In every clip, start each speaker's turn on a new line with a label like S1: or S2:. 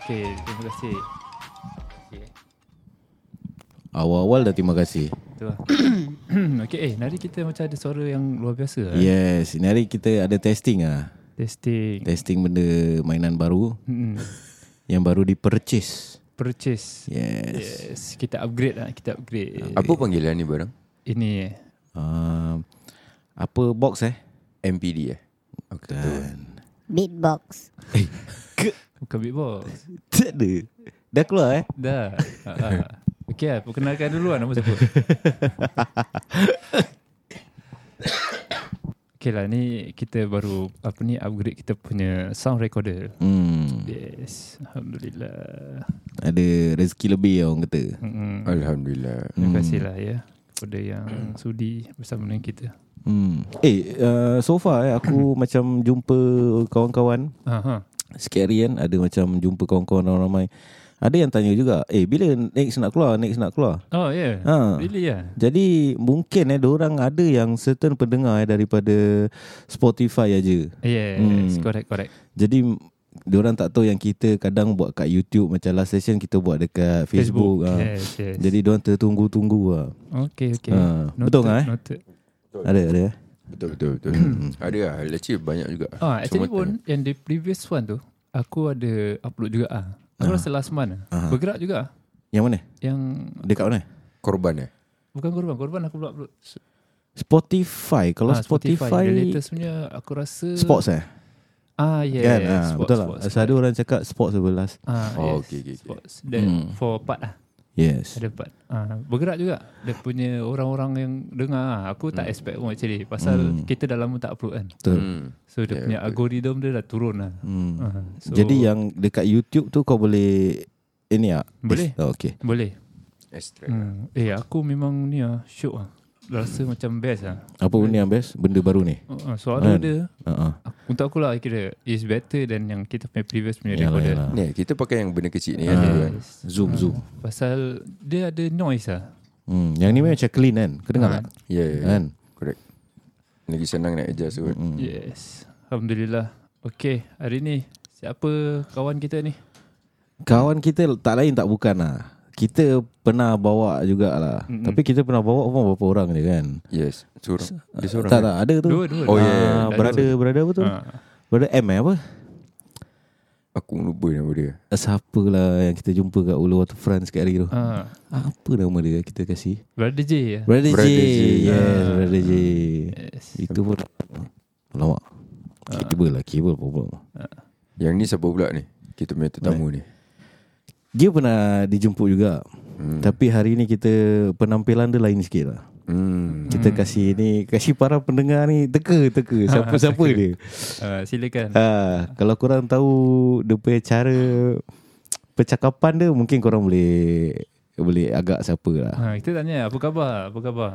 S1: kasih, terima kasih. Okey.
S2: Awal-awal dah terima kasih.
S1: Tu lah. Okey, eh, hari kita macam ada suara yang luar biasa. eh.
S2: Yes, ini hari kita ada testing ah.
S1: Testing,
S2: Testing benda mainan baru
S1: Mm-mm.
S2: yang baru di-purchase.
S1: purchase.
S2: Yes.
S1: Yes, kita upgrade lah, kita upgrade.
S3: Apa panggilan ni barang?
S1: Ini eh.
S2: Um, apa box eh?
S3: MPD eh?
S2: Bukan.
S4: Beatbox.
S1: Bukan beatbox.
S2: Tak ada. Dah keluar eh?
S1: Dah. Ha, ha. Okey lah, perkenalkan dulu lah nama siapa. Okey lah, ni kita baru apa ni upgrade kita punya sound recorder.
S2: Hmm,
S1: Yes, Alhamdulillah.
S2: ada rezeki lebih lah orang kata. Hmm,
S1: Mm-mm.
S3: Alhamdulillah.
S1: Terima kasih lah ya kepada yang sudi bersama dengan kita.
S2: Hmm. Eh, uh, so far eh, aku macam jumpa kawan-kawan
S1: Aha.
S2: sikit hari kan ada macam jumpa kawan-kawan orang ramai. Ada yang tanya juga, eh bila next nak keluar, next nak keluar.
S1: Oh yeah.
S2: Ha.
S1: Really ya.
S2: Jadi mungkin eh orang ada yang certain pendengar eh, daripada Spotify aja.
S1: Yes,
S2: Hmm.
S1: correct correct.
S2: Jadi orang tak tahu yang kita kadang buat kat YouTube macam last session kita buat dekat Facebook. ah.
S1: Yes, yes.
S2: Jadi orang tertunggu-tunggu ah.
S1: okay okay.
S2: Ha, betul kan, eh?
S1: Noted.
S2: Ada ada. eh?
S3: Betul betul betul. ada lah. Actually banyak juga.
S1: Ah, actually
S3: Semua
S1: pun yang the previous one tu aku ada upload juga ah. Aku rasa last month ah.
S2: Aha.
S1: Bergerak juga ah.
S2: Yang mana?
S1: Yang
S2: Dekat mana?
S3: Korban eh?
S1: bukan korban, korban aku pula upload.
S2: Spotify. Kalau
S1: Ah,
S2: Spotify,
S1: the latest punya aku rasa
S2: sports eh?
S1: Ah yes,
S2: kan? Ah, betul lah.
S1: sports,
S2: Sebab ada orang cakap sports sebelas.
S1: Ah,
S3: Oh,
S1: yes,
S3: okay, okay, okay.
S1: Sports. Then
S2: Hmm.
S1: for part lah.
S2: Yes.
S1: Ada part ha, Bergerak juga Dia punya orang-orang yang dengar ah. Aku tak expect pun actually Pasal
S2: Hmm.
S1: kita dah lama tak upload kan
S2: Betul.
S3: Hmm.
S1: So dia
S3: Yeah,
S1: punya
S3: betul.
S1: algorithm dia dah turun lah
S2: Hmm.
S1: ha, so
S2: Jadi yang dekat YouTube tu kau boleh ini ah.
S1: Boleh.
S2: Oh, okay.
S1: Boleh
S3: Extra.
S1: hmm. Eh aku memang ni lah Syuk lah Rasa
S2: Hmm.
S1: macam best lah
S2: Apa ni yang best? Benda baru ni.
S1: uh, Suara
S2: Kan?
S1: dia
S2: Uh-uh.
S1: aku- Untuk aku lah kira Is better than yang kita punya previous punya
S2: Yalah,
S1: recorder
S2: yalah.
S3: Ni kita pakai yang benda kecil ni
S2: Ah.
S3: kan. dulu kan.
S1: Yes.
S2: Zoom zoom.
S1: Pasal dia ada noise lah
S2: Hmm, yang ni memang macam clean kan. Kau dengar
S1: Ah.
S2: tak?
S3: Ya ya. ya.
S2: Kan?
S3: Correct. Lagi senang nak adjust kot.
S2: Hmm.
S1: Yes Alhamdulillah Okay hari ni Siapa kawan kita ni
S2: Kawan kita tak lain tak bukan lah. Kita pernah bawa
S1: Mm-mm.
S2: jugalah. Mm-mm. Tapi kita pernah bawa pun berapa orang je kan?
S3: Yes. Seorang. Dia seorang.
S2: tak
S3: kan?
S2: tak ada tu.
S1: Dua dua
S3: Oh,
S2: Ah,
S3: ya, ya,
S1: ya.
S2: Berada berada apa tu?
S1: Ha.
S2: Berada M eh apa?
S3: Aku lupa nama dia.
S2: Siapa lah yang kita jumpa kat Ulu Waterfront sekali hari tu?
S1: Ha.
S2: Apa nama dia kita kasih?
S1: Brother J ya.
S2: Brother,
S3: Brother
S2: J. Ah,
S3: J.
S2: Yes, Brother J.
S1: Yes.
S2: Itu pun lama. Kabel lah, kabel problem.
S3: Yang ni siapa pula ni? Kita punya tetamu ni.
S2: Dia pernah dijemput juga. Hmm. Tapi hari ni kita penampilan dia lain sikit lah.
S3: Hmm.
S2: Kita kasih ni Kasih para pendengar ni Teka-teka Siapa-siapa dia
S1: Uh, silakan.
S2: ha, Kalau korang tahu Dia punya cara Percakapan dia Mungkin korang boleh Boleh agak siapa lah
S1: Ha, kita tanya apa khabar? Apa khabar?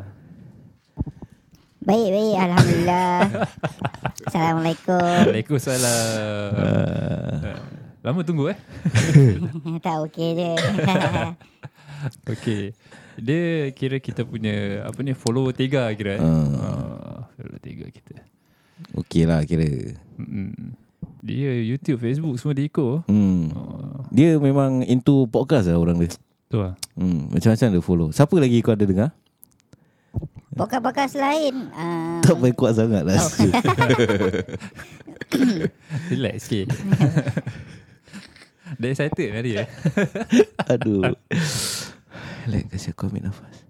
S4: Baik, baik. Alhamdulillah. Assalamualaikum.
S1: Waalaikumsalam. Uh. Lama tunggu eh.
S4: tak okey je.
S1: Okey. Dia kira kita punya apa ni follow tiga kira. Eh?
S2: Ah.
S1: Uh, follow tiga kita.
S2: Okey lah kira
S1: Mm. Dia YouTube, Facebook semua oh. diikut.
S2: hmm. Dia memang into podcast lah orang dia
S1: Ah, Tu lah.
S2: hmm. Macam-macam dia follow Siapa lagi kau ada dengar?
S4: Pokas-pokas lain. Uh,
S2: Tak payah kuat sangat lah
S1: Relax sikit. Dia excited hari eh.
S2: Aduh Lek kasih aku ambil nafas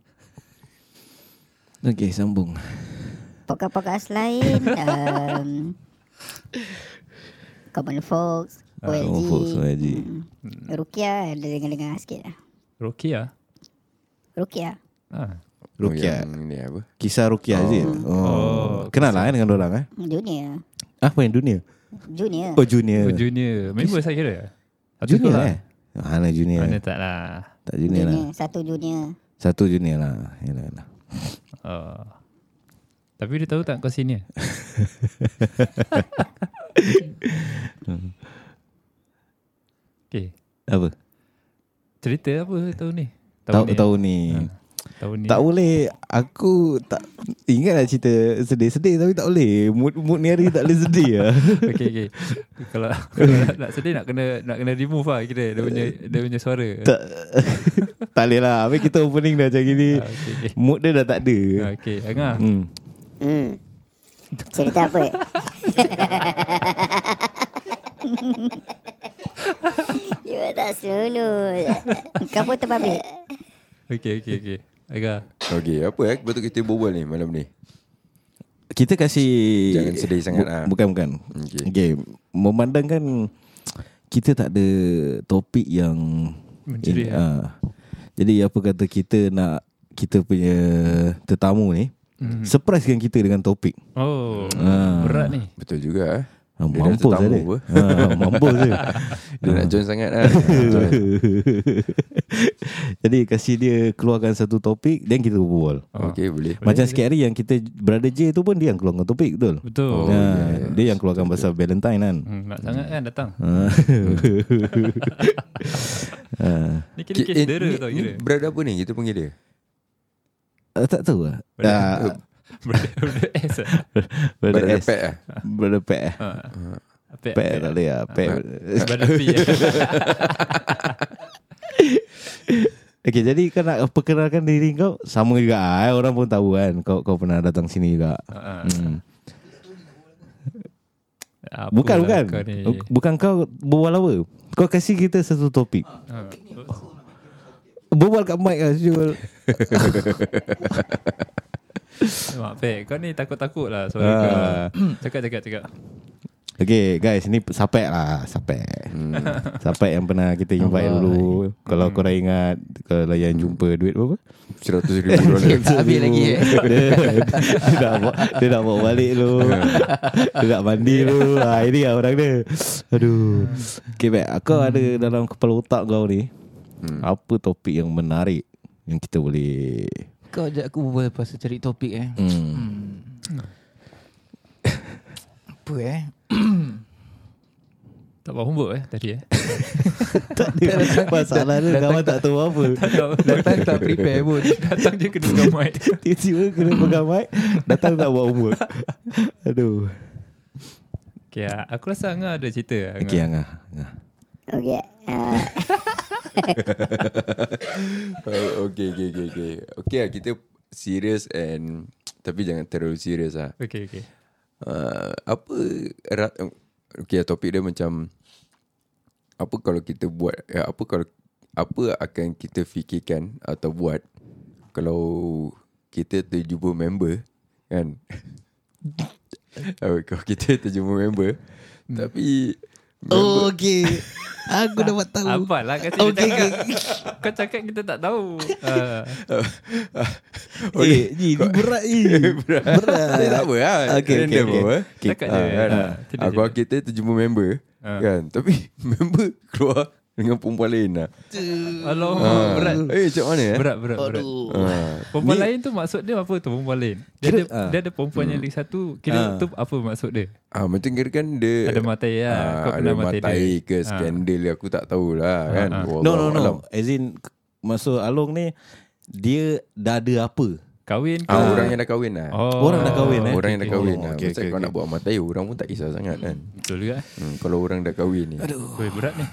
S2: Okey sambung
S4: Pokas-pokas lain. Um, Common Folks.
S2: Ah, Common
S4: OLG.
S2: Folks, OLG.
S4: Hmm. Rukia ada dengar-dengar sikit lah.
S1: Rocky ah.
S4: Rukia.
S1: Ha.
S3: Oh,
S2: Rukia
S3: yang ni apa?
S2: Kisah Rukia oh. Aziz oh. Kenal lah eh, dengan orang eh
S4: Junior.
S2: Apa yang dunia?
S4: Junior.
S2: Oh junior
S1: Oh, junior. Member saya kira. Satu
S2: Junior
S1: sekolah.
S2: eh Mana junior eh?
S1: Mana tak lah.
S2: Tak junior, lah
S4: Satu junior.
S2: Satu junior lah Yalah, yalah.
S1: Oh. Tapi dia tahu tak kau senior? okay.
S2: Apa?
S1: Cerita apa tahun ni?
S2: Tahun, tahun,
S1: ni.
S2: ni
S1: Ha. tahun ni.
S2: Tak boleh Aku tak Ingat lah cerita Sedih-sedih Tapi tak boleh Mood, mood ni hari tak boleh sedih lah
S1: Okay, okay. Kalau, kalau nak, nak sedih nak kena nak kena remove lah kira dia punya dia punya suara.
S2: Tak Tak boleh lah Habis kita opening dah macam gini
S1: Ah, okay, okay.
S2: Mood dia dah tak ada
S1: Ah, Okay, Angah.
S2: hmm.
S4: Hmm. Cerita apa? you tak selalu. Kau pun terpublic.
S1: Okay, okay, okay. Angah.
S3: Okey, apa eh betul kita berbual ni malam ni?
S2: Kita kasih
S3: Jangan sedih sangat lah.
S2: Bukan bukan
S3: Okey.
S2: okay. Memandangkan Kita tak ada Topik yang
S1: Menjerit, eh?
S2: ah. Jadi apa kata kita nak Kita punya Tetamu ni
S1: Hmm.
S2: mm. Surprisekan kita dengan topik
S1: Oh,
S2: Ah.
S1: berat ni.
S3: Betul juga eh.
S2: Ah,
S3: Dia dah
S2: mampus
S3: tetamu
S2: lah dia
S3: apa?
S2: ha, Mampus dia
S3: Dia nak join sangat lah. Nak join.
S2: Jadi kasih dia keluarkan satu topik Dan kita berbual
S3: Okey, boleh.
S2: Macam sikit hari yang kita Brother J tu pun dia yang keluarkan topik betul?
S1: Betul.
S2: Oh, ha, Dia yang keluarkan pasal Valentine kan
S1: Hmm, nak sangat kan datang. Hmm.
S2: Ah. Ah.
S1: Ni
S3: Ki-
S1: kira
S3: eh,
S1: kes dera
S3: ni-
S1: tau
S3: ni
S1: kira.
S3: Brother apa ni kita panggil dia?
S2: Ah, tak tahu lah Ah,
S1: Benda benda S lah.
S2: Brother
S3: Brother
S2: S
S3: Pet lah.
S2: Brother Pet eh?
S1: Pet,
S2: Pet tak boleh lah Pet
S1: Badan pi.
S2: Okay jadi kau nak perkenalkan diri kau Sama juga eh? Orang pun tahu kan Kau kau pernah datang sini juga hmm. Bukan bukan Buk- Bukan kau berbual apa Kau kasih kita satu topik Oh. Berbual kat mic lah Syul
S1: Mak Pet, kau ni takut-takut lah suara
S2: Ah.
S1: kau. Cakap, cakap, cakap.
S2: Okay guys Ni sapek lah Sapek Sapek yang pernah kita invite dulu Kalau korang ingat Kalau yang jumpa duit berapa
S3: 100 ribu dolar.
S2: Tak habis lagi eh. dia, dia, nak bawa, dia nak bawa balik lu Dia nak mandi lu ha, Ini lah orang dia Aduh Okay baik Kau ada dalam kepala otak kau ni Apa topik yang menarik Yang kita boleh
S5: Kau ajak aku berbual pasal cari topik eh.
S2: hmm.
S5: Apa eh?
S1: Tak buat homework eh tadi eh.
S2: Tak ada Masalah dia Kawan tak tahu apa
S5: Datang tak prepare pun.
S1: Datang je kena dengan mic.
S2: Tiba-tiba kena pegang mic Datang tak buat homework Aduh
S1: Okay, ah, aku rasa Angah ada cerita. Angah.
S2: Okay Angah Angah.
S4: Okey. Uh,
S3: Oh, Okey, okey, okey, okey. Okey lah, kita serious and tapi jangan terlalu serious lah.
S1: Okay, okay.
S3: Uh, apa ra- okey lah, topik dia macam apa kalau kita buat eh, apa kalau apa akan kita fikirkan atau buat kalau kita terjumpa member kan Ah, kalau kita terjumpa member
S1: Hmm.
S3: tapi
S2: Oh.
S3: member,
S5: Okey. Aku dapat tahu.
S1: Apalah lah kasi dia
S5: Okay,
S1: cakap. Kau cakap kita tak tahu. Ah.
S2: Eh, ni, ni berat ni. berat.
S3: tak apa lah
S2: Okay, okay,
S3: Random
S2: okay.
S3: apa
S1: Cakap
S3: kan?
S1: je. Ah,
S3: Ah,
S1: tidak
S3: kalau
S1: jadi.
S3: kita terjumpa member
S1: Ah.
S3: kan tapi member keluar dengan perempuan lain lah.
S1: Alamak, berat.
S3: Eh macam mana eh?
S1: Berat, berat, berat.
S3: Ah.
S1: Perempuan lain tu maksud dia apa tu perempuan lain? Dia
S2: Kira-
S1: ada,
S2: ah.
S1: dia ada perempuan yang lagi satu. Kira
S2: Ah.
S1: tu apa maksud dia?
S3: Ah macam kira kan dia
S1: Ada matai lah.
S3: Ah,
S1: Kau
S3: ada
S1: pernah matai dia.
S3: matai ke
S1: Ah.
S3: skandal aku tak tahulah kan. Wallahu
S2: No no
S3: alam.
S2: no. As in maksud Along ni dia dah ada apa?
S1: Kahwin ke?
S3: Ah, orang yang dah kahwin lah.
S1: Oh.
S2: Orang dah kahwin, eh?
S3: Orang yang dah
S1: Okay,
S3: kahwin
S2: okay.
S3: lah.
S2: Okay,
S3: Macam
S2: okay,
S3: kau
S2: okay.
S3: nak buat matai orang pun tak kisah sangat kan.
S1: Betul juga. eh?
S3: Hmm, kalau orang dah kahwin ni. Aduh.
S1: Weh, berat ni.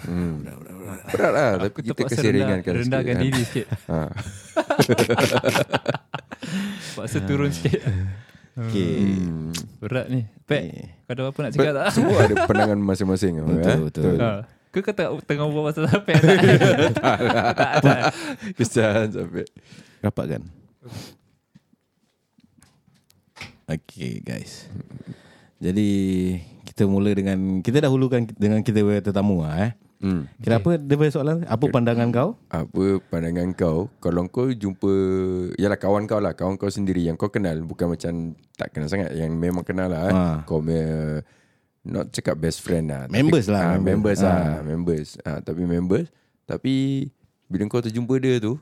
S3: Berat lah tapi
S1: Aku
S3: kita
S1: terpaksa
S3: kasi
S1: rendah-
S3: ringankan sikit.
S1: Rendahkan
S3: kan.
S1: diri sikit.
S3: Ah.
S1: Paksa turun
S3: Ah.
S1: sikit.
S2: Okay.
S3: Hmm.
S1: Berat ni. Pek,
S2: Eh.
S1: kau ada apa nak cakap
S3: But
S1: tak?
S3: Semua ada pandangan masing-masing kan,
S2: Betul,
S3: eh?
S2: betul.
S1: Ah. Kau kata tengah buat pasal pek tak? tak, tak.
S3: Kesian sampai
S2: Rapat kan? Okay guys. Jadi kita mula dengan kita dahulukan dengan kita punya tetamu lah eh.
S3: hmm.
S2: Kira apa dia punya soalan? Apa pandangan kau?
S3: Apa pandangan kau Kalau kau jumpa Yalah kawan kau lah Kawan kau sendiri Yang kau kenal Bukan macam Tak kenal sangat Yang memang kenal lah eh.
S2: Ha.
S3: Kau punya Not cakap best friend lah Tapi-
S2: Members lah,
S3: ah,
S2: members.
S3: Members lah Members Ah, Tapi members Tapi Bila kau terjumpa dia tu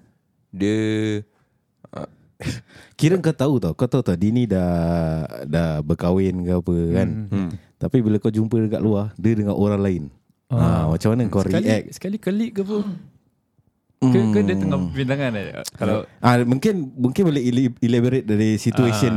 S3: Dia ah,
S2: Kira kau tahu tau Kau tahu tau Dini dah Dah berkahwin ke apa kan hmm. Tapi bila kau jumpa dekat luar Dia dengan orang lain ha, Macam mana kau
S3: Eh,
S1: Sekali,
S2: react
S1: sekali kelik ke pun? Ke, ke dia
S3: Hmm.
S1: tengah bintangan eh? Kalau
S2: Ah, mungkin mungkin boleh eli- elaborate dari situation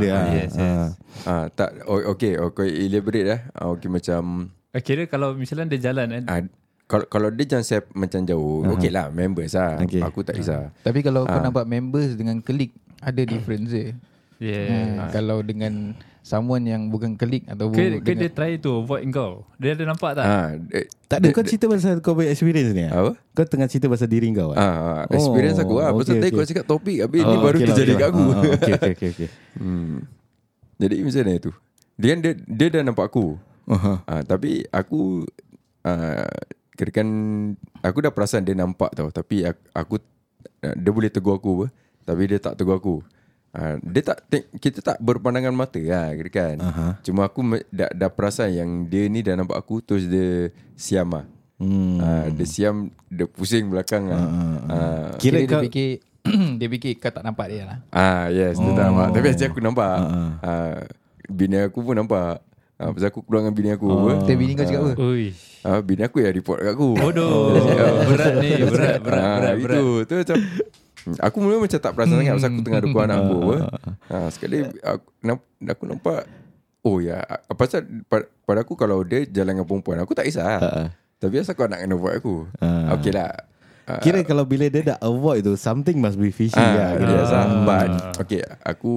S1: Ah,
S2: dia. ah.
S1: yes, yes.
S2: Ah.
S3: Ah, tak o- okay, okay elaborate eh. Ah, okay macam
S1: eh, Kira kalau misalnya dia jalan eh,
S3: ah, kalau kalau dia jangan sep, macam jauh. Uh-huh. Okay lah, members lah.
S2: Okay.
S3: Okay.
S2: Ha.
S3: Aku tak kisah.
S5: Tapi kalau kau nampak members dengan klik Ada difference eh
S1: yeah.
S3: Hmm.
S5: yeah. Kalau dengan Someone yang bukan klik Atau
S1: Ke, ke
S5: dengan,
S1: dia try to avoid kau Dia ada nampak tak?
S3: Ah, eh,
S2: Tak ada kau cerita pasal kau punya experience ni. ah?
S3: Apa?
S2: Kau tengah cerita pasal diri kau
S3: ah,
S2: ah.
S3: experience aku lah.
S2: Oh,
S3: Pasal
S2: okay,
S3: tadi
S2: okay.
S3: kau cakap topik habis ni baru
S2: okay lah,
S3: terjadi
S2: okay
S3: kat
S2: lah.
S3: aku.
S2: Ah, ah, okay, okay, okay, okay.
S3: Jadi macam mana tu? Dia kan dia, dia dah nampak aku.
S2: Uh-huh.
S3: Ah, tapi aku ah, kirakan aku dah perasan dia nampak tau tapi aku, aku ah, dia boleh tegur aku apa tapi dia tak tegur aku. Ah, dia tak te- kita tak berpandangan mata lah kirakan.
S2: Aha.
S3: Cuma aku me- dah, dah perasan yang dia ni dah nampak aku terus dia siam ah.
S2: Hmm.
S3: Ah, dia siam dia pusing belakang ah. Ah,
S2: Kira
S5: Kira, dia
S2: kau
S5: fikir Dia fikir kau tak nampak dia lah
S3: Ah yes Dia tak nampak Tapi actually aku nampak uh-uh. ah, Bini aku pun nampak ah, Pasal aku keluar dengan bini aku uh. apa.
S5: Tapi bini kau cakap apa
S1: Ui
S3: ah, Bini aku yang report kat aku
S1: Bodoh Berat ni Berat
S3: Oh.
S1: berat
S3: Ah,
S1: berat, berat.
S3: Itu Tu macam Aku mula macam tak perasan sangat Pasal aku tengah dukung anak aku apa. ah, Sekali aku, namp- aku nampak Oh ya ah, Pasal pa- pada aku Kalau dia jalan dengan perempuan Aku tak kisah
S2: Ah.
S3: Tapi asal kau nak kena buat aku
S2: Ah.
S3: Okay lah Ah,
S2: Kira kalau bila dia dah avoid tu Something must be fishy
S3: Ah,
S2: lah kira.
S3: yes, ah. But Okay Aku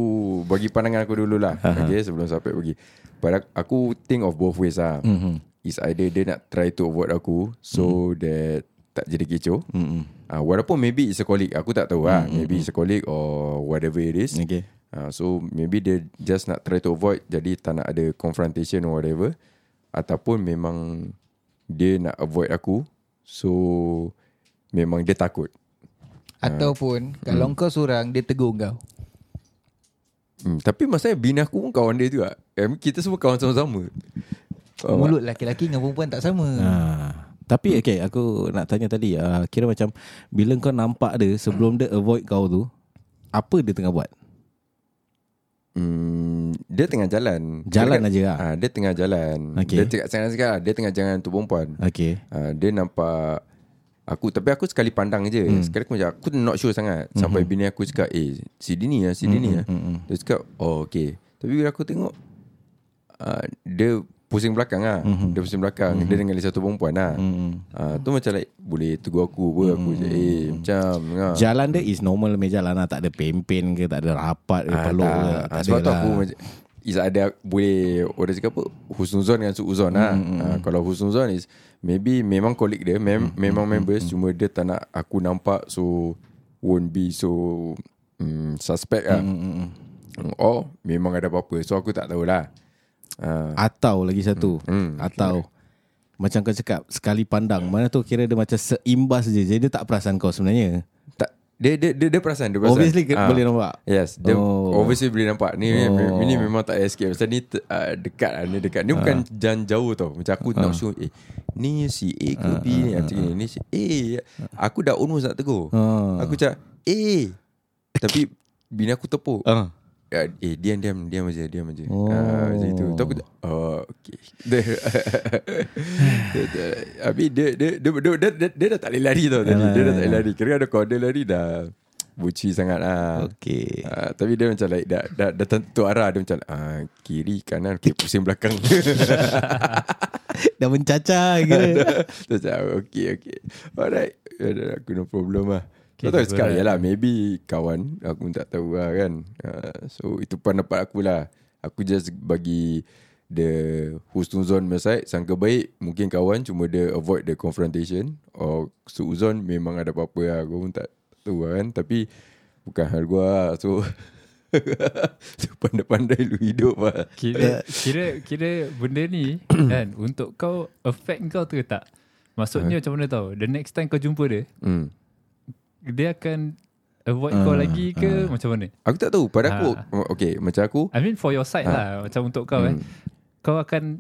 S3: Bagi pandangan aku dululah uh-huh. Okay sebelum sampai pergi Pada aku Think of both ways lah mm-hmm. Is either Dia nak try to avoid aku So mm-hmm. that Tak jadi kecoh mm-hmm. ah, Walaupun maybe It's a colleague Aku tak tahu lah mm-hmm. Maybe it's a colleague Or whatever it is
S2: Okay
S3: Ah, so maybe dia just nak try to avoid Jadi tak nak ada confrontation or whatever Ataupun memang dia nak avoid aku So memang dia takut
S5: Ataupun Kalau kau seorang Dia tegur kau
S3: Hmm, tapi masalahnya bini aku pun kawan dia juga. Eh, kita semua kawan sama-sama. Faham tak?
S5: Mulut lelaki-lelaki dengan perempuan tak sama
S2: Ah. Tapi okay aku nak tanya tadi ah, Kira macam Bila kau nampak dia Sebelum dia avoid kau tu Apa dia tengah buat?
S3: Hmm, dia tengah jalan.
S2: Jalan
S3: dia
S2: aja lah.
S3: Ah, dia tengah jalan.
S2: Okay.
S3: Dia cakap sekarang sekarang dia tengah jalan untuk perempuan.
S2: Okay
S3: Ah, dia nampak aku tapi aku sekali pandang je. Hmm. Sekali aku macam aku not sure sangat sampai bini aku cakap, "Eh, si Dini ah, si Dini ah." Dia cakap, "Oh, okay." Tapi bila aku tengok ah, dia pusing belakang ah. Dia pusing belakang. Dia dengan lagi satu perempuan ah. Ah, tu macam like boleh tegur aku apa aku cakap, "Eh, macam ah."
S2: Jalan dia is normal meja jalan lah Tak ada pempen ke Tak ada rapat ke
S3: Ah,
S2: Peluk
S3: tak.
S2: ke
S3: Ah,
S2: Tak
S3: Sebab
S2: ada
S3: tu
S2: lah
S3: aku macam Is ada boleh orang cakap apa husnuzon dengan suuzon lah. Ah, kalau husnuzon is maybe memang colleague dia mem, memang members cuma dia tak nak aku nampak so won't be so mm, suspect lah. Or memang ada apa-apa so aku tak tahulah. Ah,
S2: Atau lagi satu
S3: hmm,
S2: Atau Macam kau cakap Sekali pandang Mana tu kira dia macam Seimbas je Jadi dia tak perasan kau sebenarnya
S3: tak dia dia dia, dia perasan dia perasan.
S2: Obviously ke-
S3: Ah.
S2: boleh nampak
S3: Yes dia
S2: Oh.
S3: oh. Obviously boleh nampak Ni oh. ni memang tak payah escape Pasal ni te- uh, dekat lah Ni dekat Ni
S2: Ah.
S3: bukan jalan jauh tau Macam aku nak sure Eh ni si A ke
S2: Ah,
S3: B ni Macam ni Ni si A Aku dah almost nak tegur
S2: Ah.
S3: Aku cakap A Tapi Bini aku tepuk
S2: Ah.
S3: Ah, Eh diam diam Diam aja Diam aja
S2: Oh.
S3: Ah, Macam itu Tu aku cakap, Oh okay Dia- dia- dia- Habis dia dia, dia, dia, dia, dia Dia dah tak boleh lari tau tadi Dia dah tak boleh lari Kira ada kalau dia lari dah Buci sangat lah
S2: Okay
S3: Uh, tapi dia macam like dah, dah, dah tentu arah dia macam uh, kiri kanan okay, pusing belakang.
S2: Dah mencacah kira
S3: Dia macam okay okay. Alright. Ada aku no problem lah. Okay,
S1: Okay,
S3: tak tahu
S1: tak
S3: sekarang
S1: apa.
S3: lah Maybe kawan Aku pun tak tahu lah kan uh, So itu pendapat aku lah Aku just bagi The Husnuzon punya side Sangka baik Mungkin kawan Cuma dia avoid the confrontation Or Suuzon memang ada apa-apa lah Aku pun tak tahu lah kan Tapi Bukan hal gua lah So So pandai-pandai lu hidup lah
S1: Kira kira kira benda ni kan untuk kau affect kau tu ke tak?
S3: Eh.
S1: Maksudnya macam mana tau? The next time kau jumpa dia,
S3: hmm.
S1: dia akan avoid kau
S3: Ah,
S1: lagi ke macam mana?
S3: Aku tak tahu Pada aku Okay macam aku
S1: I mean for your side
S3: Ah.
S1: lah macam untuk kau eh.
S3: Hmm.
S1: Kau akan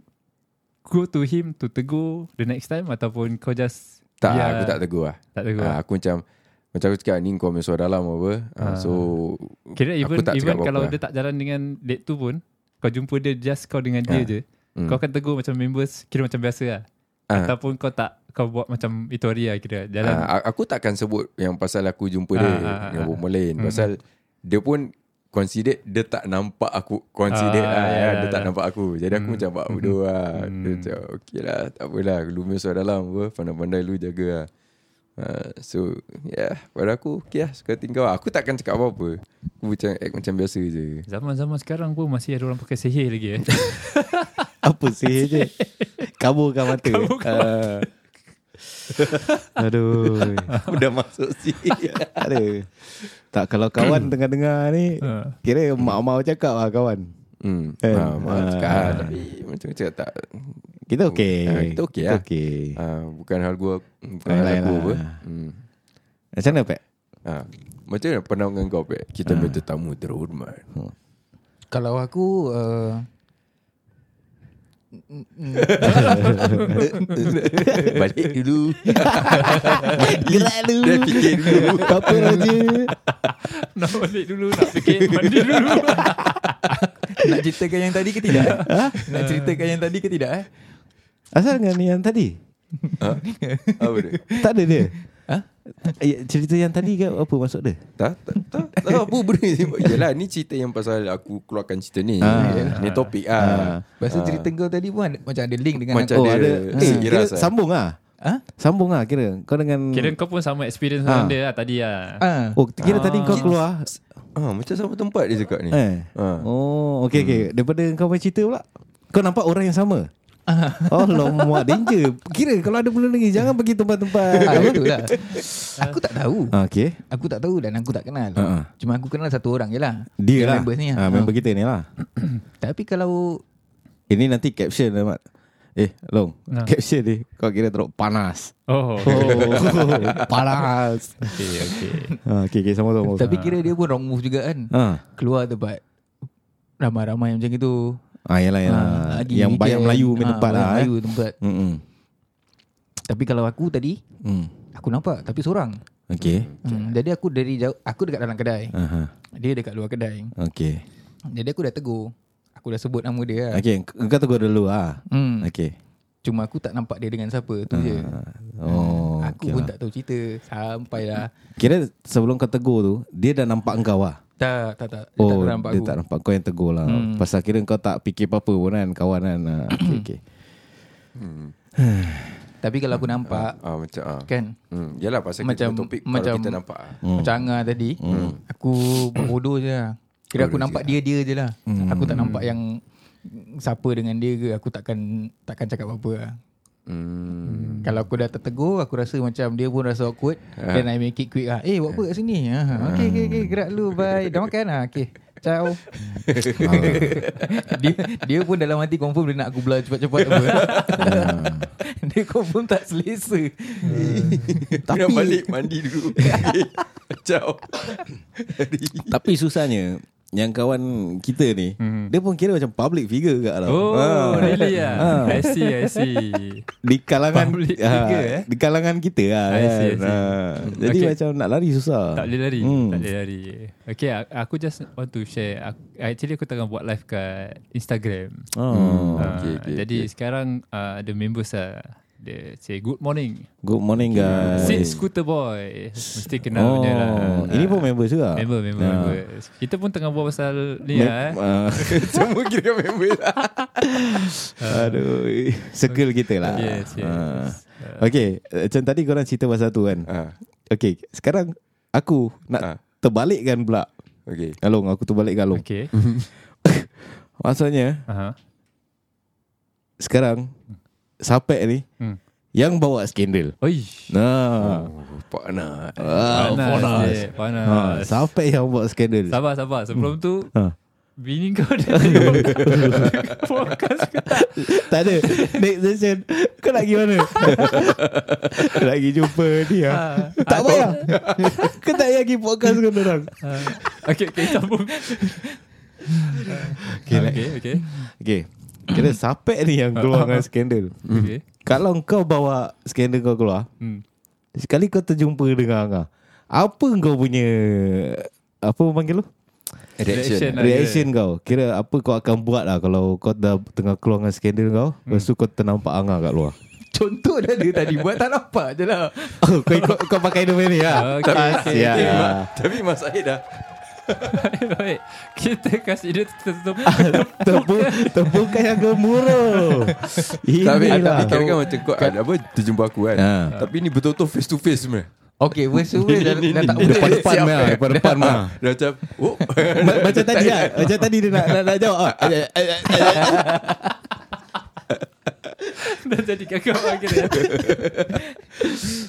S1: go to him to tegur the next time ataupun kau just
S3: Tak aku
S1: biar-
S3: tak tegur lah
S1: tak tegur.
S3: Ah,
S1: lah?
S3: aku macam macam aku cakap ni kau punya suara dalam apa. Ah, so
S1: Kira even
S3: aku tak
S1: even
S3: cakap apa-apa
S1: kalau
S3: lah.
S1: dia tak jalan dengan date tu pun kau jumpa
S3: Ah.
S1: dia just kau dengan dia je. Kau akan tegur macam members kira macam biasa lah.
S3: Hmm. Ah.
S1: Ataupun kau tak kau buat macam itu hari lah kira jalan uh,
S3: Ah, a- aku takkan sebut yang pasal aku jumpa dia
S1: Ah, ah,
S3: dengan
S1: ah,
S3: perempuan lain. Pasal dia pun consider dia tak nampak aku consider
S1: Ah,
S3: ah, ya,
S1: ya,
S3: dia
S1: ya,
S3: tak
S1: ya. Hmm.
S3: nampak aku. Jadi aku macam buat bodoh lah. Dia macam okey lah tak apalah lu mesra dalam apa pandai-pandai lu jaga lah. Ah, so yeah, pada aku okay lah suka tinggal Aku takkan cakap apa-apa Aku macam act macam biasa je
S1: Zaman-zaman sekarang pun masih ada orang pakai sihir lagi eh.
S2: Apa sih je Kaburkan mata Kaburkan mata Aduh
S3: Udah masuk sini
S2: Ada Tak kalau kawan tengah-tengah ni
S1: Ah.
S2: Kira mak-mak cakap lah kawan
S3: Hmm.
S2: Eh,
S3: Ah, mak
S2: ah.
S3: cakap ah, tapi macam cakap tak.
S2: Kita okey
S3: Ah, kita okey lah.
S2: okey
S3: Ah, bukan hal gua bukan
S2: Lain
S3: hal aku
S2: lah.
S3: apa. Hmm.
S2: Macam mana Pak?
S3: Ah. Macam mana pernah dengan kau Pat? Kita
S2: Ah.
S3: punya tetamu terhormat.
S2: Hmm.
S5: Kalau aku uh,
S3: Balik dulu.
S2: Gerak dulu
S3: Dia fikir dulu.
S2: Apa raja
S1: nak balik dulu, nak fikir mandi dulu.
S5: Nak ceritakan yang tadi ke tidak eh? Nak ceritakan yang tadi ke tidak eh
S2: Asal dengan yang tadi
S3: Apa dia?
S2: Tak ada dia Eh, Cerita yang tadi ke apa masuk dia?
S3: Tak, tak, tak, tak apa benda ni. Yalah, ni cerita yang pasal aku keluarkan cerita ni. Ni topik ah.
S5: Pasal cerita kau tadi pun ada, Macam ada link dengan
S3: Macam
S5: aku.
S2: oh
S3: dia
S2: ada eh, kira
S3: seiras, eh.
S2: Sambung lah
S5: Ha?
S2: Sambung lah kira Kau dengan
S1: Kira kau pun sama experience dengan
S2: Ah.
S1: dia lah tadi lah.
S5: Ah.
S2: Oh kira tadi kau keluar
S3: Ah, macam sama tempat dia cakap ni. Hmm.
S2: Eh.
S3: Ah.
S2: Oh, okey okey. Daripada kau punya cerita pula. Kau nampak orang yang sama. oh, lomak danger. Kira kalau ada benda lagi jangan pergi tempat-tempat.
S5: Ah, itulah. Aku tak tahu.
S2: ah, okey.
S5: Aku tak tahu dan aku tak kenal.
S2: Ha-ha.
S5: Cuma aku kenal satu orang je lah.
S2: Dia
S5: Yang
S2: lah.
S5: Members ni.
S2: ah,
S5: Ah,
S2: member kita ni lah.
S5: Tapi kalau
S2: Ini nanti caption lah, Mat. Eh, Long.
S1: Ah.
S2: Caption ni kau kira teruk panas.
S1: Oh.
S2: Oh, panas.
S1: Okay, okay.
S2: Ah, okey okey sama-sama.
S5: tapi kira dia pun wrong move juga kan.
S2: ah.
S5: Keluar tempat ramai-ramai macam gitu.
S2: Ah, yalah yalah.
S5: Ah, lagi
S2: yang
S5: weekend.
S2: banyak Melayu punya
S5: Ah,
S2: tempat lah.
S5: banyak
S2: eh.
S5: Melayu tempat.
S2: Mm-mm.
S5: Tapi kalau aku tadi
S2: Mm.
S5: aku nampak tapi seorang.
S2: Okey.
S5: Hmm, jadi aku dari jauh aku dekat dalam kedai.
S2: Aha.
S5: Dia dekat luar kedai.
S2: Okey.
S5: Jadi aku dah tegur. Aku dah sebut nama dia lah.
S2: Okey, kau tegur dulu ah.
S5: Hmm.
S2: Okey.
S5: Cuma aku tak nampak dia dengan siapa tu je.
S2: Oh,
S5: Ah, Aku
S2: okey
S5: pun
S2: lah.
S5: tak tahu cerita sampailah
S2: Kira sebelum kau tegur tu Dia dah nampak engkau lah
S5: tak tak tak dia
S2: Oh
S5: tak
S2: dia
S5: nampak
S2: dia
S5: aku.
S2: tak nampak kau yang tegur lah hmm. Pasal kira kau tak fikir apa-apa pun kan Kawan kan Ah, okay, okay.
S5: Tapi kalau aku nampak
S3: Ah, macam ah.
S5: kan
S3: Hmm, yalah pasal
S5: macam
S3: kita topik
S5: macam
S3: kalau kita nampak. ah. Hmm.
S5: Macam Angah tadi, aku bodoh je lah. Kira aku
S3: Bodoh
S5: nampak dia dia je lah. Aku tak nampak yang siapa dengan dia ke aku takkan takkan cakap apa-apa lah.
S3: Hmm. Ha.
S5: Kalau aku dah tertegur Aku rasa macam Dia pun rasa awkward Then I make it quick ah. Eh buat apa kat sini ah, Okay okay okay Gerak dulu bye Dah makan ah. Okay Ciao dia, dia pun dalam hati confirm Dia nak aku belah cepat-cepat apa. Dia confirm tak selesa
S3: Tapi Kena balik mandi dulu. Ciao.
S2: Tapi susahnya Yang kawan kita ni hmm. Dia pun kira macam public figure kat lah
S1: Oh,
S2: Ah.
S1: really ah.
S2: Ah.
S1: I see, I see.
S2: Di kalangan
S1: Public
S2: ah,
S1: figure, eh?
S2: Di kalangan kita lah
S1: I see, I
S2: kan?
S1: see.
S2: Ah. Jadi
S1: Okay.
S2: macam nak lari susah
S1: Tak boleh lari
S2: Hmm.
S1: Tak boleh lari Okay a- aku just want to share Aku- Actually aku tengah buat live kat Instagram
S2: oh.
S1: Ah,
S3: okay, okay,
S1: Jadi sekarang uh, ada members lah Dia say good morning
S2: Good morning guys
S1: Sid Scooter Boy Mesti kenal
S2: Ah. Oh,
S1: punya lah
S2: ini pun members juga.
S1: Member, member,
S2: Ah.
S1: member. Kita pun tengah buat pasal ni
S2: Mem-
S1: lah eh.
S2: ah.
S3: Semua kira member lah.
S2: Aduh, circle kita
S1: Ah.
S2: lah.
S1: Yes, yes.
S2: Ah. Okay, eh, macam tadi korang cerita pasal tu kan.
S3: Ah.
S2: Okay, sekarang aku nak
S3: Ah.
S2: terbalikkan pula.
S3: Okay.
S2: Along, aku terbalikkan Along. Okay.
S1: Okay
S2: Maksudnya,
S1: Aha.
S2: sekarang Sapek ni
S1: Hmm.
S2: yang bawa skandal.
S1: Oi
S2: Nah.
S3: Oh, Pak nak.
S2: Ah,
S1: Panas
S2: panas.
S1: eh, Panas
S2: Ah, Sapek yang bawa skandal.
S1: Sabar, sabar Sebelum tu
S2: Ah.
S1: Bini kau dah tengok Podcast ke tak
S2: tak ada. Next session, kau nak pergi mana? nak pergi jumpa dia. tak payah. kau tak payah pergi podcast kau orang.
S1: Ah. Okay, okay, sambung. okay, okay, okay.
S2: Okay Kira sapek ni yang keluar dengan skandal
S1: okay.
S2: Kalau kau bawa skandal kau keluar
S1: Hmm.
S2: Sekali kau terjumpa dengan Angah Apa kau punya Apa orang panggil lu?
S1: Reaction.
S3: Reaction.
S1: Nah,
S2: Reaction kau Kira apa kau akan buat lah Kalau kau dah tengah keluar dengan skandal kau Lepas tu kau ternampak Angah kat luar
S5: Contoh dah dia tadi Buat tak nampak je lah
S2: Oh, kau ikut kau pakai domain ni lah.
S1: Okay,
S2: Ah,
S1: okay.
S2: siap.
S3: Tapi Mas Syed dah
S1: Baik Kita kasih dia tertutup
S2: Tepu tepukan yang gemuruh.
S3: Tapi tapi
S2: Inilah.
S3: kira kan macam kau ada apa terjumpa aku kan.
S2: Ha.
S3: Tapi ni betul-betul face to face meh.
S5: Okay verse to verse Dah dah tak boleh
S2: Depan-depan
S3: Siap,
S2: meh,
S3: eh.
S2: depan-depan meh.
S3: Dah macam oh.
S2: Ma- Macam tadi lah Macam tadi dia nak, nak, nak jawab ah.
S1: Dah jadi kakak akhirnya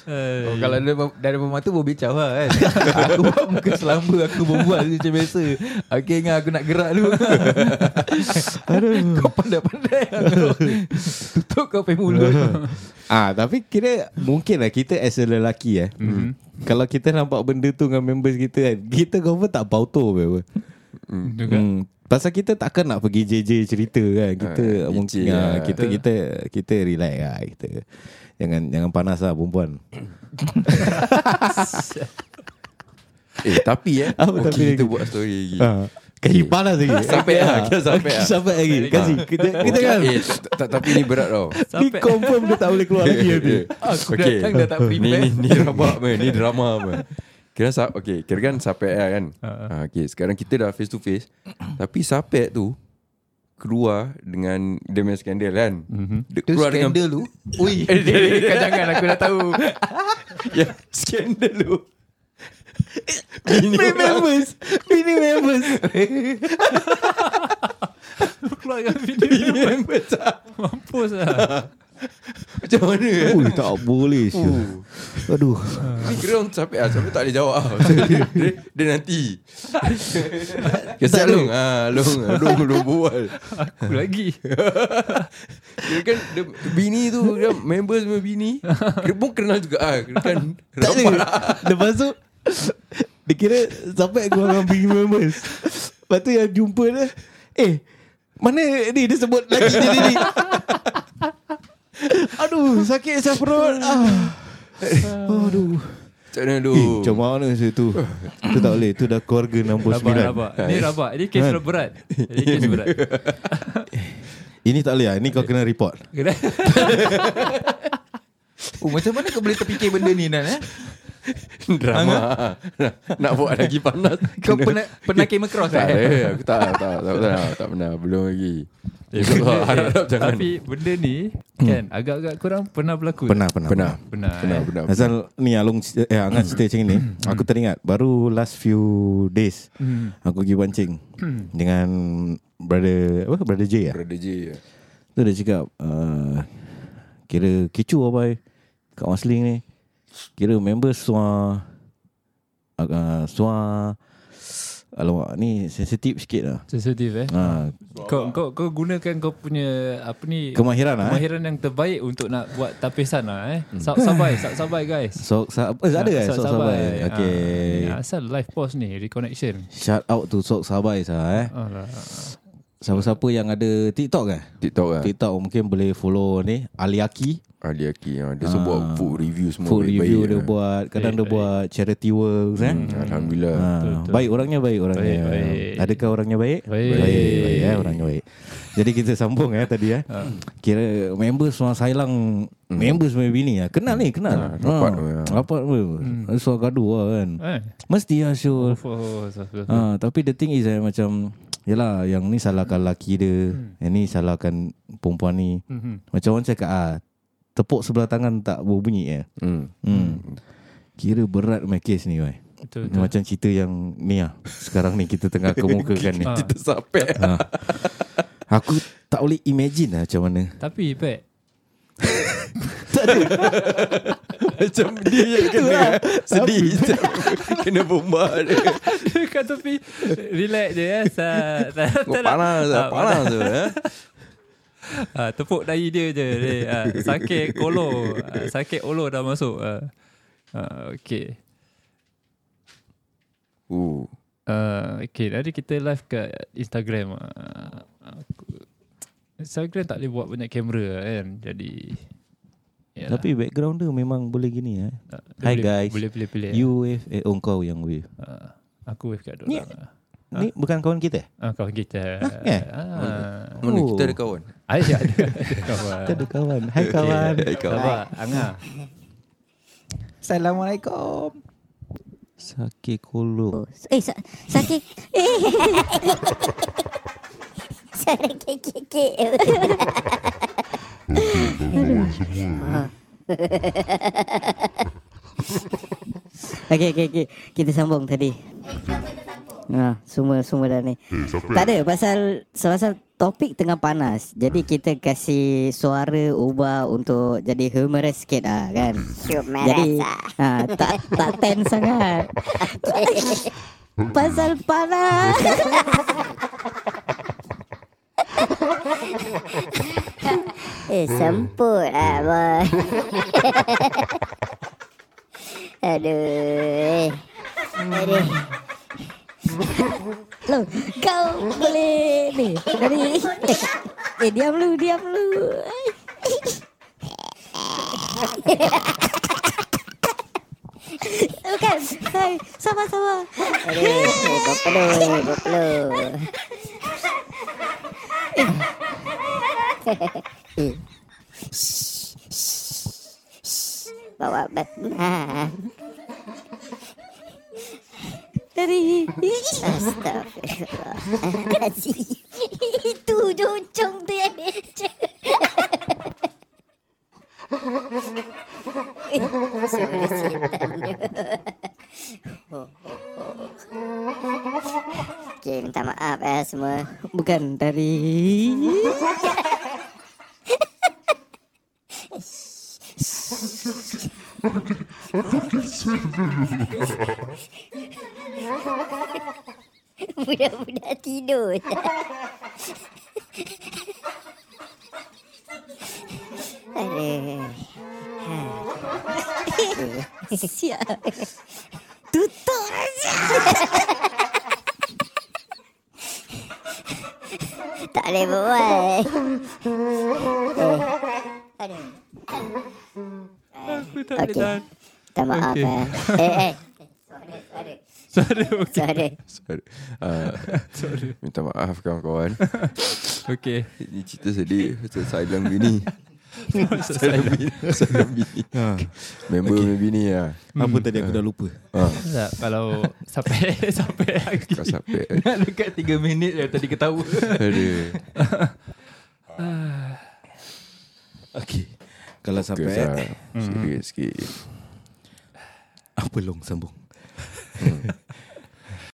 S1: Eh,
S5: Oh, kalau dia dari rumah tu berbicau lah kan Aku buat muka selamba Aku berbual je macam biasa Okay Ngah aku nak gerak dulu Kau pandai-pandai aku. Tutup kau punya mulut
S2: Ah, Tapi kira Mungkin lah kita as a lelaki eh mm-hmm. Kalau kita nampak benda tu Dengan members kita kan Kita kau pun tak pauto apa apa.
S1: Juga
S2: Hmm. Pasal kita takkan nak pergi JJ cerita kan
S3: Ah,
S2: Kita mungkin
S3: jijik
S2: ah,
S3: lah.
S2: kita, kita kita relax lah kita. Jangan jangan panas lah perempuan
S3: Eh tapi eh.
S2: Apa tapi
S3: okay, kita
S2: lagi?
S3: buat story lagi.
S2: ah. Kasi panas lagi
S3: Sampai lah, kita sampai lah.
S2: ah, Sampai lagi Kasi Kita, kita
S3: Okay,
S2: kan
S3: eh, tak- tak- Tapi ni berat tau Eh,
S2: Ni confirm dia tak boleh keluar lagi nanti
S5: Aku datang dah tak
S3: Ni,
S5: prepare
S3: ni, ni rabak man. Ni drama man. Kira sa- okay, kira kan sapek lah kan. Ha, okay, sekarang kita dah face to face. tapi sapek tu keluar dengan dia punya skandal kan. Mm-hmm. Dia
S5: Tu
S3: keluar dengan
S5: skandal tu Ui Kau jangan aku dah tahu
S3: ya, skandal tu. Bini orang-
S2: members Bini members
S1: Keluar dengan video
S3: bini member tak.
S1: Mampus lah
S3: Macam mana eh?
S2: Ui tak boleh sure. Aduh
S3: Ni kira orang sampai ah, sampai tak boleh jawab ah. dia, dia, dia nanti. Kesal long ah, long long long bual.
S1: Aku lagi
S3: Kira kan dia, bini tu dia member semua bini. Dia pun kenal juga ah. Kira kan
S2: Tak
S3: rapat
S2: ada
S3: lah.
S2: Lepas tu Dia kira Sampai keluar dengan Bini members Lepas tu yang jumpa dia Eh Mana ni Dia sebut lagi dia ni, ni Aduh Sakit saya perut ah. Aduh
S3: Macam mana tu?
S2: Eh macam mana saya tu Tu tak boleh Tu dah keluarga 69
S1: Rabak rabak Ni rabak Ni kes berat Ni kes berat
S2: Ini tak boleh lah Ini kau kena report
S1: Kena
S5: Oh, Macam mana kau boleh terfikir benda ni Nan eh?
S3: Drama. Ah, nak, nak buat lagi panas.
S5: Kau
S3: Kena-
S5: pernah pernah came across
S3: tak
S5: eh?
S3: ada, aku tak, tak, tak, pernah, tak pernah, belum lagi.
S1: Eh,
S3: Esok
S1: benda-
S3: harap-harap
S1: eh,
S3: jangan.
S1: Tapi benda ni Kan agak-agak korang Pernah berlaku tak?
S2: Hmm. Pernah pernah
S3: Pernah,
S1: Pernah
S3: pernah,
S1: eh?
S3: pernah.
S2: Asal ni Alung eh, Angat cerita macam ni Aku teringat Baru last few days Aku pergi pancing Dengan Brother Apa? Brother J lah
S3: Brother J.
S2: Tu dia cakap uh, Kira kecoh apa Kat Masling ni Kira member suar uh, Suar Alamak ni sensitif sikit lah
S1: Sensitif eh
S2: Ha,
S1: Kau, kau kau gunakan kau punya Apa ni
S2: kemahiran lah eh.
S1: Kemahiran yang terbaik Untuk nak buat tapisan lah eh Sa- Sabai sa- Sabai guys
S2: Sok sab eh, ada kan
S1: Sa-
S2: Sok Sabai Okay
S1: Ah, Asal live post ni Reconnection
S2: Shout out to Sok Sabai sah eh
S1: Alah.
S2: Siapa-siapa yang ada TikTok kan
S3: TikTok lah.
S2: TikTok mungkin boleh follow ni Aliaki
S3: Ali Aki ha. Dia ha. buat food review semua
S2: Food
S3: baik-baik,
S2: review dia
S3: ha.
S2: buat Kadang dia buat charity works eh
S3: Alhamdulillah
S2: Ha, baik orangnya baik orangnya.
S1: Hmm. Baik, baik.
S2: Adakah orangnya baik?
S1: Baik.
S2: baik, baik eh, orangnya baik. Jadi kita sambung eh tadi eh.
S1: Ha.
S2: Kira member semua Sailang, member semua bini ah. Kenal ni, kenal. Ha,
S3: Hmm. rapat. ya.
S2: rapat. Ha. Suara gaduh lah kan.
S1: Hmm. Eh.
S2: Mesti lah sure.
S1: Oh, oh, so- so- so.
S2: Ha, tapi the thing is eh, macam Yelah yang ni salahkan laki dia Yang ni salahkan perempuan ni Macam orang cakap ah, Tepuk sebelah tangan tak berbunyi eh
S3: hmm.
S2: hmm. Kira berat my case ni weh
S1: Betul,
S2: Betul. Macam cerita yang ni lah Sekarang ni kita tengah kemukakan ni
S3: Kita sampai
S2: ha. Aku tak boleh imagine lah macam mana
S1: Tapi Pat
S3: Macam dia yang kena Sedih Kena bomba dia
S1: Kat tepi Relax je eh. Sa- tak- tak
S3: Kau
S1: nak-
S3: panas lah
S1: Ah,
S3: Panas tu eh?
S1: ah, Tepuk dahi dia je dia, ah, Sakit kolo ah, Sakit olo dah masuk ah. Ah, Okay
S3: uh.
S1: Uh, okay, hari kita live kat Instagram. Uh, aku, Instagram tak boleh buat banyak kamera kan. Jadi...
S2: Yalah. Tapi background dia memang boleh gini eh.
S1: uh,
S2: Hi guys
S1: Boleh pilih-pilih.
S2: You wave eh, Oh kau yang wave
S1: Uh, aku wave kat dorang. Yeah.
S2: ni bukan kawan kita?
S1: Ah, kawan kita.
S2: eh?
S1: Ah.
S3: Mana
S2: Oh.
S3: kita ada kawan
S1: Ada ada. ada kawan.
S2: Kita ada kawan. Hai kawan.
S3: Eh, kawan
S1: Apa? Angah.
S5: Assalamualaikum.
S2: Sake kolom.
S4: Eh, sa- sakit. Eh. Suara kekek. Okey, okey, okey. Kita sambung tadi. Ha, semua semua dah ni. Tak ada pasal pasal topik tengah panas. Jadi kita kasih suara ubah untuk jadi humorous sikit ah kan. Humorous. Jadi ha, tak tak tense sangat. pasal panas. eh sempur lah boy. Aduh. eh. Aduh. Loh, kau boleh ni. Dari Eh, diam lu, diam lu. Bukan. Hai, sama-sama. Aduh, goplo, goplo. Bawa batna. Dari Astagfirullahaladzim Itu hujung-hujung tu yang leceh Okay, minta maaf eh semua Bukan dari Budak-budak tidur Aduh Siap Tutup aja Tak boleh buat eh. Aduh Aku tak okay. boleh Minta maaf okay. eh Eh eh Suara
S1: Suara
S4: Suara
S1: okey.
S4: Suara
S3: Sorry. Ah, Minta maaf kawan-kawan
S1: Okey.
S3: Ini cerita sedih Pasal saya bilang bini Saya bilang bini Saya bilang bini Member okay. bini lah
S2: Apa tadi aku dah lupa.
S1: Tak, kalau sampai sampai lagi.
S3: Kau sampai
S5: Dekat 3 minit dah tadi ketawa.
S3: Aduh
S2: Okey. Kalau
S3: Kau
S2: sampai
S3: sampai Serius sikit
S2: apa long sambung.